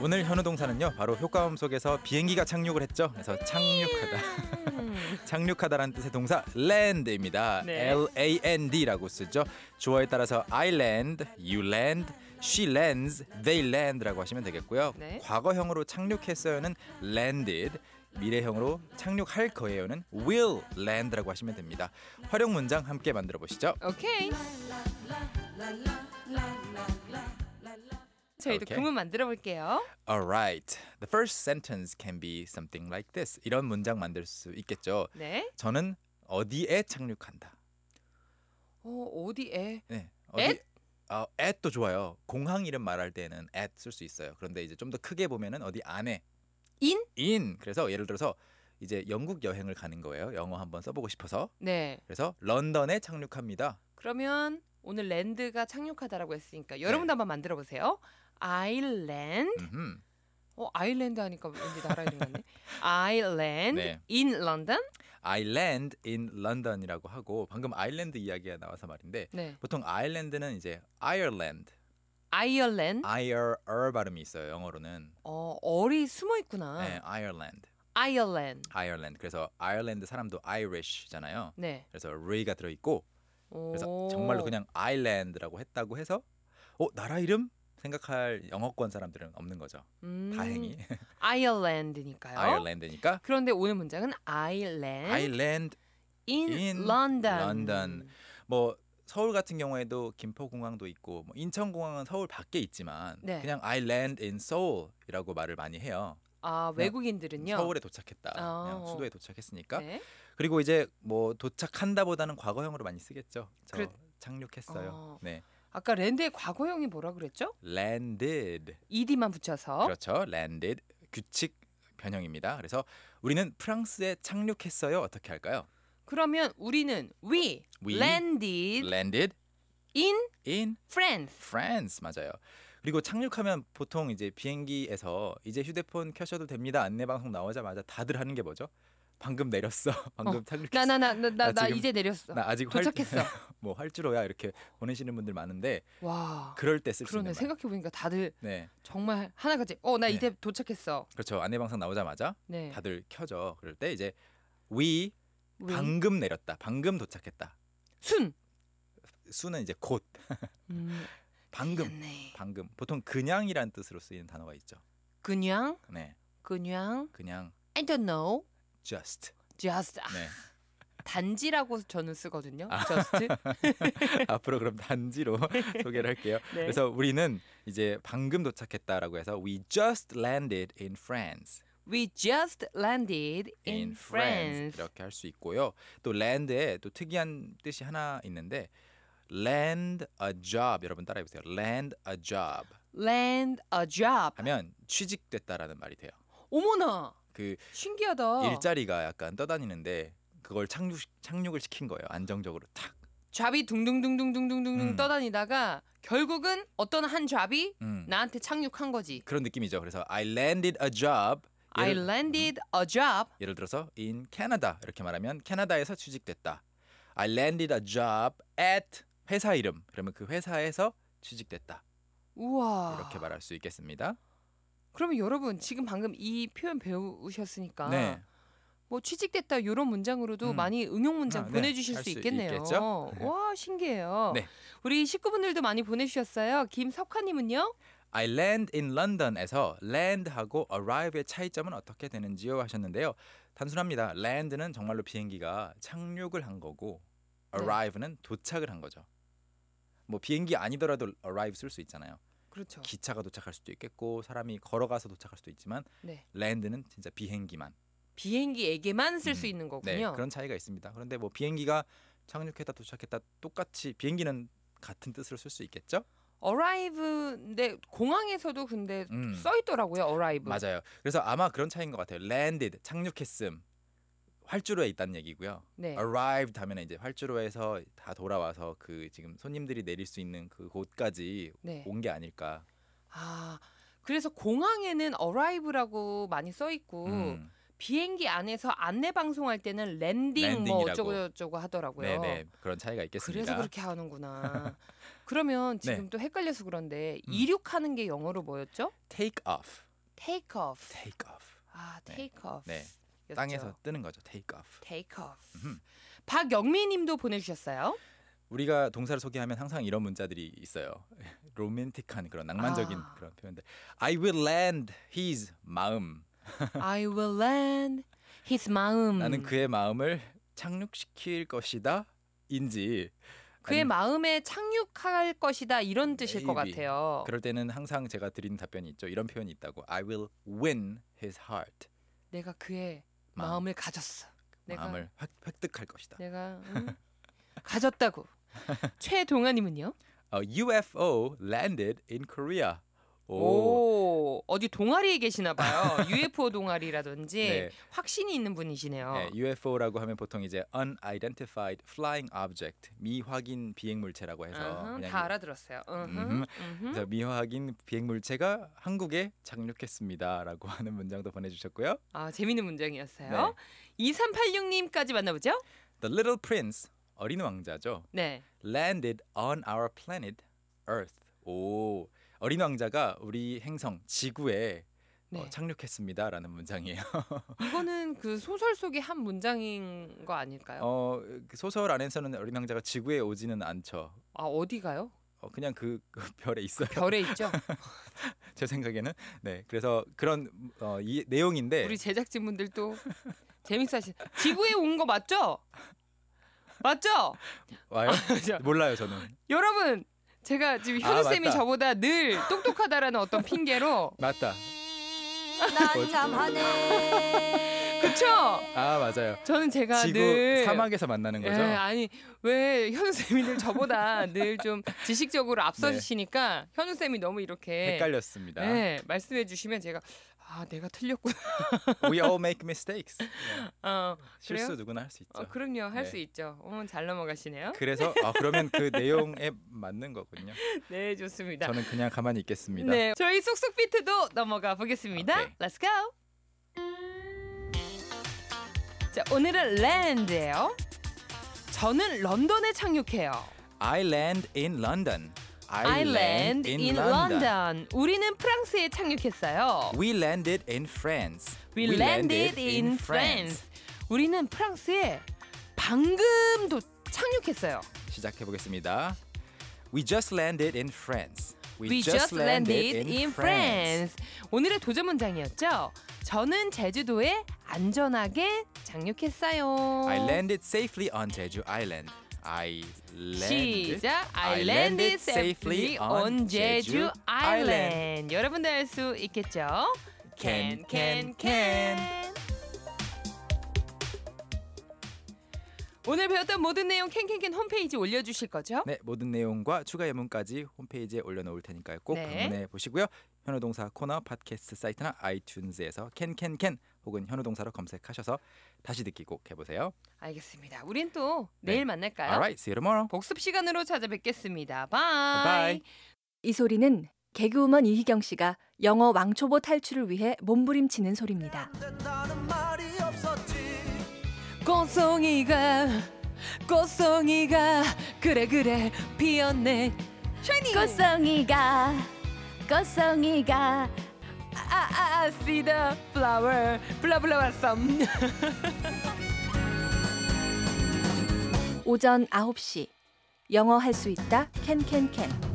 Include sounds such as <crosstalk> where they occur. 오늘 현우 동사는요 바로 효과음 속에서 비행기가 착륙을 했죠. 그래서 <laughs> 착륙하다, 착륙하다라는 뜻의 동사 land입니다. 음. 네. L A N D라고 쓰죠. 주어에 따라서 I land, you land, she lands, they land라고 하시면 되겠고요. 네. 과거형으로 착륙했어요는 landed. 미래형으로 착륙할 거예요는 will land라고 하시면 됩니다. 활용 문장 함께 만들어 보시죠. 오케이. 저희도 오케이. 구문 만들어 볼게요. All right. The first sentence can be something like this. 이런 문장 만들 수 있겠죠. 네. 저는 어디에 착륙한다. 어, 어디에? 네. at? 어, at도 좋아요. 공항 이름 말할 때는 at 쓸 수 있어요. 그런데 이제 좀 더 크게 보면은 어디 안에 인? in 그래서 예를 들어서 이제 영국 여행을 가는 거예요. 영어 한번 써보고 싶어서 네. 그래서 런던에 착륙합니다. 그러면 오늘 랜드가 착륙하다라고 했으니까 여러분도 네. 한번 만들어 보세요. 아일랜드. 음흠. 어, 아일랜드 하니까 왠지 나라 이름 같네. <laughs> 아일랜드 네. in London. I land in London이라고 하고 방금 아일랜드 이야기가 나와서 말인데 네. 보통 아일랜드는 이제 Ireland, 아일랜드. Ire er 발음이 있어요. 영어로는 어, 얼이 숨어 있구나. 네, Ireland, 아일랜드. Ireland. 그래서 아일랜드 사람도 Irish잖아요. 네. 그래서 레이가 들어 있고 그래서 오. 정말로 그냥 아일랜드라고 했다고 해서 어 나라 이름 생각할 영어권 사람들은 없는 거죠. 음, 다행히 <laughs> 아일랜드니까요. 아일랜드니까 그런데 오늘 문장은 아일랜드 아일랜드 in, in London. London. 뭐 서울 같은 경우에도 김포공항도 있고 뭐 인천공항은 서울 밖에 있지만 네. 그냥 I land in Seoul이라고 말을 많이 해요. 아, 외국인들은요. 서울에 도착했다. 아. 그냥 수도에 도착했으니까. 네. 그리고 이제 뭐 도착한다보다는 과거형으로 많이 쓰겠죠. 저 그렇- 착륙했어요. 어. 네, 아까 랜드의 과거형이 뭐라 그랬죠? landed. ed만 붙여서 그렇죠. landed 규칙 변형입니다. 그래서 우리는 프랑스에 착륙했어요. 어떻게 할까요? 그러면 우리는 we, We landed landed in in France. France 맞아요. 그리고 착륙하면 보통 이제 비행기에서 이제 휴대폰 켜셔도 됩니다. 안내 방송 나오자마자 다들 하는 게 뭐죠? 방금 내렸어. <laughs> 방금 착륙했어. 나 나 나 나 나 나 아, 지금- 이제 내렸어. 나 아직 도착했어. 활, <laughs> 뭐 활주로야 이렇게 보내시는 분들 많은데 와. <laughs> 그럴 때 쓸 수 그러네 있는 말. 생각해 보니까 다들 네, 정말 하나같이 어 나 네. 이제 도착했어. 그렇죠. 안내 방송 나오자마자 네. 다들 켜져. 그럴 때 이제 we We. 방금 내렸다. 방금 도착했다. 순. 수는 이제 곧 음, 방금 그렇네. 방금 보통 그냥이란 뜻으로 쓰이는 단어가 있죠. 그냥 네, 그냥 그냥 I don't know. just. just 아, <laughs> 네. 아. 단지라고 저는 쓰거든요. <laughs> just. 앞으로 그럼 <laughs> 단지로 소개를 할게요. 네. 그래서 우리는 이제 방금 도착했다라고 해서 we just landed in France. we just landed in, France. 이렇게 할 수 있고요. 또 land에 또 특이한 뜻이 하나 있는데 land a job 여러분 따라해 보세요. land a job land a job. 하면 취직됐다라는 말이 돼요. 어머나. 그 신기하다. 일자리가 약간 떠다니는데 그걸 착륙 착륙을 시킨 거예요. 안정적으로 탁. 잡이 둥둥둥둥둥둥둥 음. 떠다니다가 결국은 어떤 한 잡이 음. 나한테 착륙한 거지. 그런 느낌이죠. 그래서 I landed a job. I 예를, landed a job. 예를 들어서 in Canada 이렇게 말하면 캐나다에서 취직됐다. I landed a job at 회사 이름. 그러면 그 회사에서 취직됐다. 우와. 이렇게 말할 수 있겠습니다. 그러면 여러분 지금 방금 이 표현 배우셨으니까 네. 뭐 취직됐다 이런 문장으로도 음. 많이 응용 문장 아, 네. 보내주실 할 수 수 있겠네요. 있겠죠? 네. 와 신기해요. 네. 우리 식구분들도 많이 보내주셨어요. 김석화님은요. I land in London에서 land하고 arrive의 차이점은 어떻게 되는지요 하셨는데요. 단순합니다. land는 정말로 비행기가 착륙을 한 거고 네. arrive는 도착을 한 거죠. 뭐 비행기 아니더라도 arrive 쓸 수 있잖아요. 그렇죠. 기차가 도착할 수도 있겠고 사람이 걸어가서 도착할 수도 있지만 네. 랜드는 진짜 비행기만 비행기에게만 쓸 수 음. 있는 네, 거군요. 그런 차이가 있습니다. 그런데 뭐 비행기가 착륙했다 도착했다 똑같이 비행기는 같은 뜻으로 쓸 수 있겠죠? arrive 근데 공항에서도 근데 음. 써 있더라고요. arrive. 맞아요. 그래서 아마 그런 차이인 것 같아요. landed 착륙했음 활주로에 있다는 얘기고요. 네. arrived 하면 이제 활주로에서 다 돌아와서 그 지금 손님들이 내릴 수 있는 그 곳까지 네. 온 게 아닐까. 아 그래서 공항에는 arrive라고 많이 써 있고 음, 비행기 안에서 안내 방송할 때는 랜딩 뭐 랜딩이라고. 어쩌고 저쩌고 하더라고요. 네네 그런 차이가 있겠습니다. 네. 그래서 그렇게 하는구나. <laughs> 그러면 지금 또 헷갈려서 그런데 음. 이륙하는 게 영어로 뭐였죠? take off, Take off. take off. 아, 네. take off. 네. 였죠. 땅에서 뜨는 거죠. take off. take off. 음. 박영미님도 보내주셨어요. <laughs> 우리가 동사를 소개하면 항상 이런 문자들이 있어요. <laughs> 로맨틱한 그런 낭만적인 아. 그런 표현들. I will land his 마음. I will land his 마음. 나는 그의 마음을 착륙시킬 것이다. 인지 그의 아니면 마음에 착륙할 것이다 이런 뜻일 것 Maybe. 같아요. 그럴 때는 항상 제가 드리는 답변이 있죠. 이런 표현이 있다고. I will win his heart. 내가 그의 마음. 마음을 가졌어. 내가 네. 마음을 획, 획득할 것이다. 내가 응? <laughs> 가졌다고. 최동아님은요? A UFO landed in Korea. 오. 오. 어디 동아리에 <laughs> 계시나 봐요. UFO 동아리라든지 네. 확신이 있는 분이시네요. 네, UFO라고 하면 보통 이제 unidentified flying object 미확인 비행 물체라고 해서 어흥, 그냥 다 알아들었어요. 어흥, 음흠. 음흠. 그래서 미확인 비행 물체가 한국에 착륙했습니다라고 하는 문장도 보내주셨고요. 아 네. 재밌는 문장이었어요. 2386님까지 만나보죠. The Little Prince 어린 왕자죠. 네. landed on our planet Earth. 오 어린 왕자가 우리 행성 지구에 네. 어, 착륙했습니다라는 문장이에요. 이거는 그 소설 속의 한 문장인 거 아닐까요? 어, 그 소설 안에서는 어린 왕자가 지구에 오지는 않죠. 아 어디가요? 어, 그냥 그, 그 별에 있어요. 별에 있죠. 제 생각에는 네 그래서 그런 어, 이 내용인데 우리 제작진 분들도 재밌어하시. 지구에 온 거 맞죠? 맞죠? 와요? 아, 몰라요 저는 여러분 제가 지금 아, 현우 쌤이 맞다. 저보다 늘 똑똑하다라는 어떤 핑계로 맞다 난감하네. 그쵸? 아 맞아요 저는 제가 지구 늘 사막에서 만나는 예, 거죠 아니 왜 현우 쌤이 늘 저보다 늘 좀 지식적으로 앞서시니까 현우 쌤이 너무 이렇게 네. 헷갈렸습니다 예. 네, 말씀해 주시면 제가 아 내가 틀렸구나. We all make mistakes <laughs> 네, 어, 실수 누구나 할 수 있죠 어, 그럼요 네. 할수 있죠. 어, 잘 <laughs> 넘어가시네요. 그래서 아 그러면 <laughs> 그 내용에 맞는 거군요 네 좋습니다. 저는 그냥 가만히 있겠습니다 네, 저희 쏙쏙 비트도 넘어가 보겠습니다. 오케이. Let's go. 자, 오늘은 랜드예요. 저는 런던에 착륙해요. I land in London I land in London. 우리는 프랑스에 착륙했어요. We landed in France We landed in France. 우리는 프랑스에 방금 도 착륙했어요. 시작해 보겠습니다. We just landed in France. We just landed in France. 오늘의 도전 문장이었죠. 저는 제주도에 안전하게 착륙했어요. I landed safely on Jeju Island. I landed. 시작. I landed safely on Jeju Island. 여러분도 알 수 있겠죠? Can can can. 오늘 배웠던 모든 내용 캔캔캔 홈페이지 올려주실 거죠? 네, 모든 내용과 추가 예문까지 홈페이지에 올려놓을 테니까요. 꼭 네. 방문해 보시고요. 현우동사 코너 팟캐스트 사이트나 아이튠즈에서 캔캔캔 혹은 현우동사로 검색하셔서 다시 듣기 꼭 해보세요. 알겠습니다. 우린 또 네. 내일 만날까요? Alright, see you tomorrow. 복습 시간으로 찾아뵙겠습니다. 바이. Bye. 이 소리는 개그우먼 이희경 씨가 영어 왕초보 탈출을 위해 몸부림치는 소리입니다. 꽃송이가 꽃송이가 그래 그래 피었네. 샤이니. 꽃송이가 꽃송이가 아, 아아 아, see the flower 블라블라 썸. 오전 9시 영어 할 수 있다 캔캔캔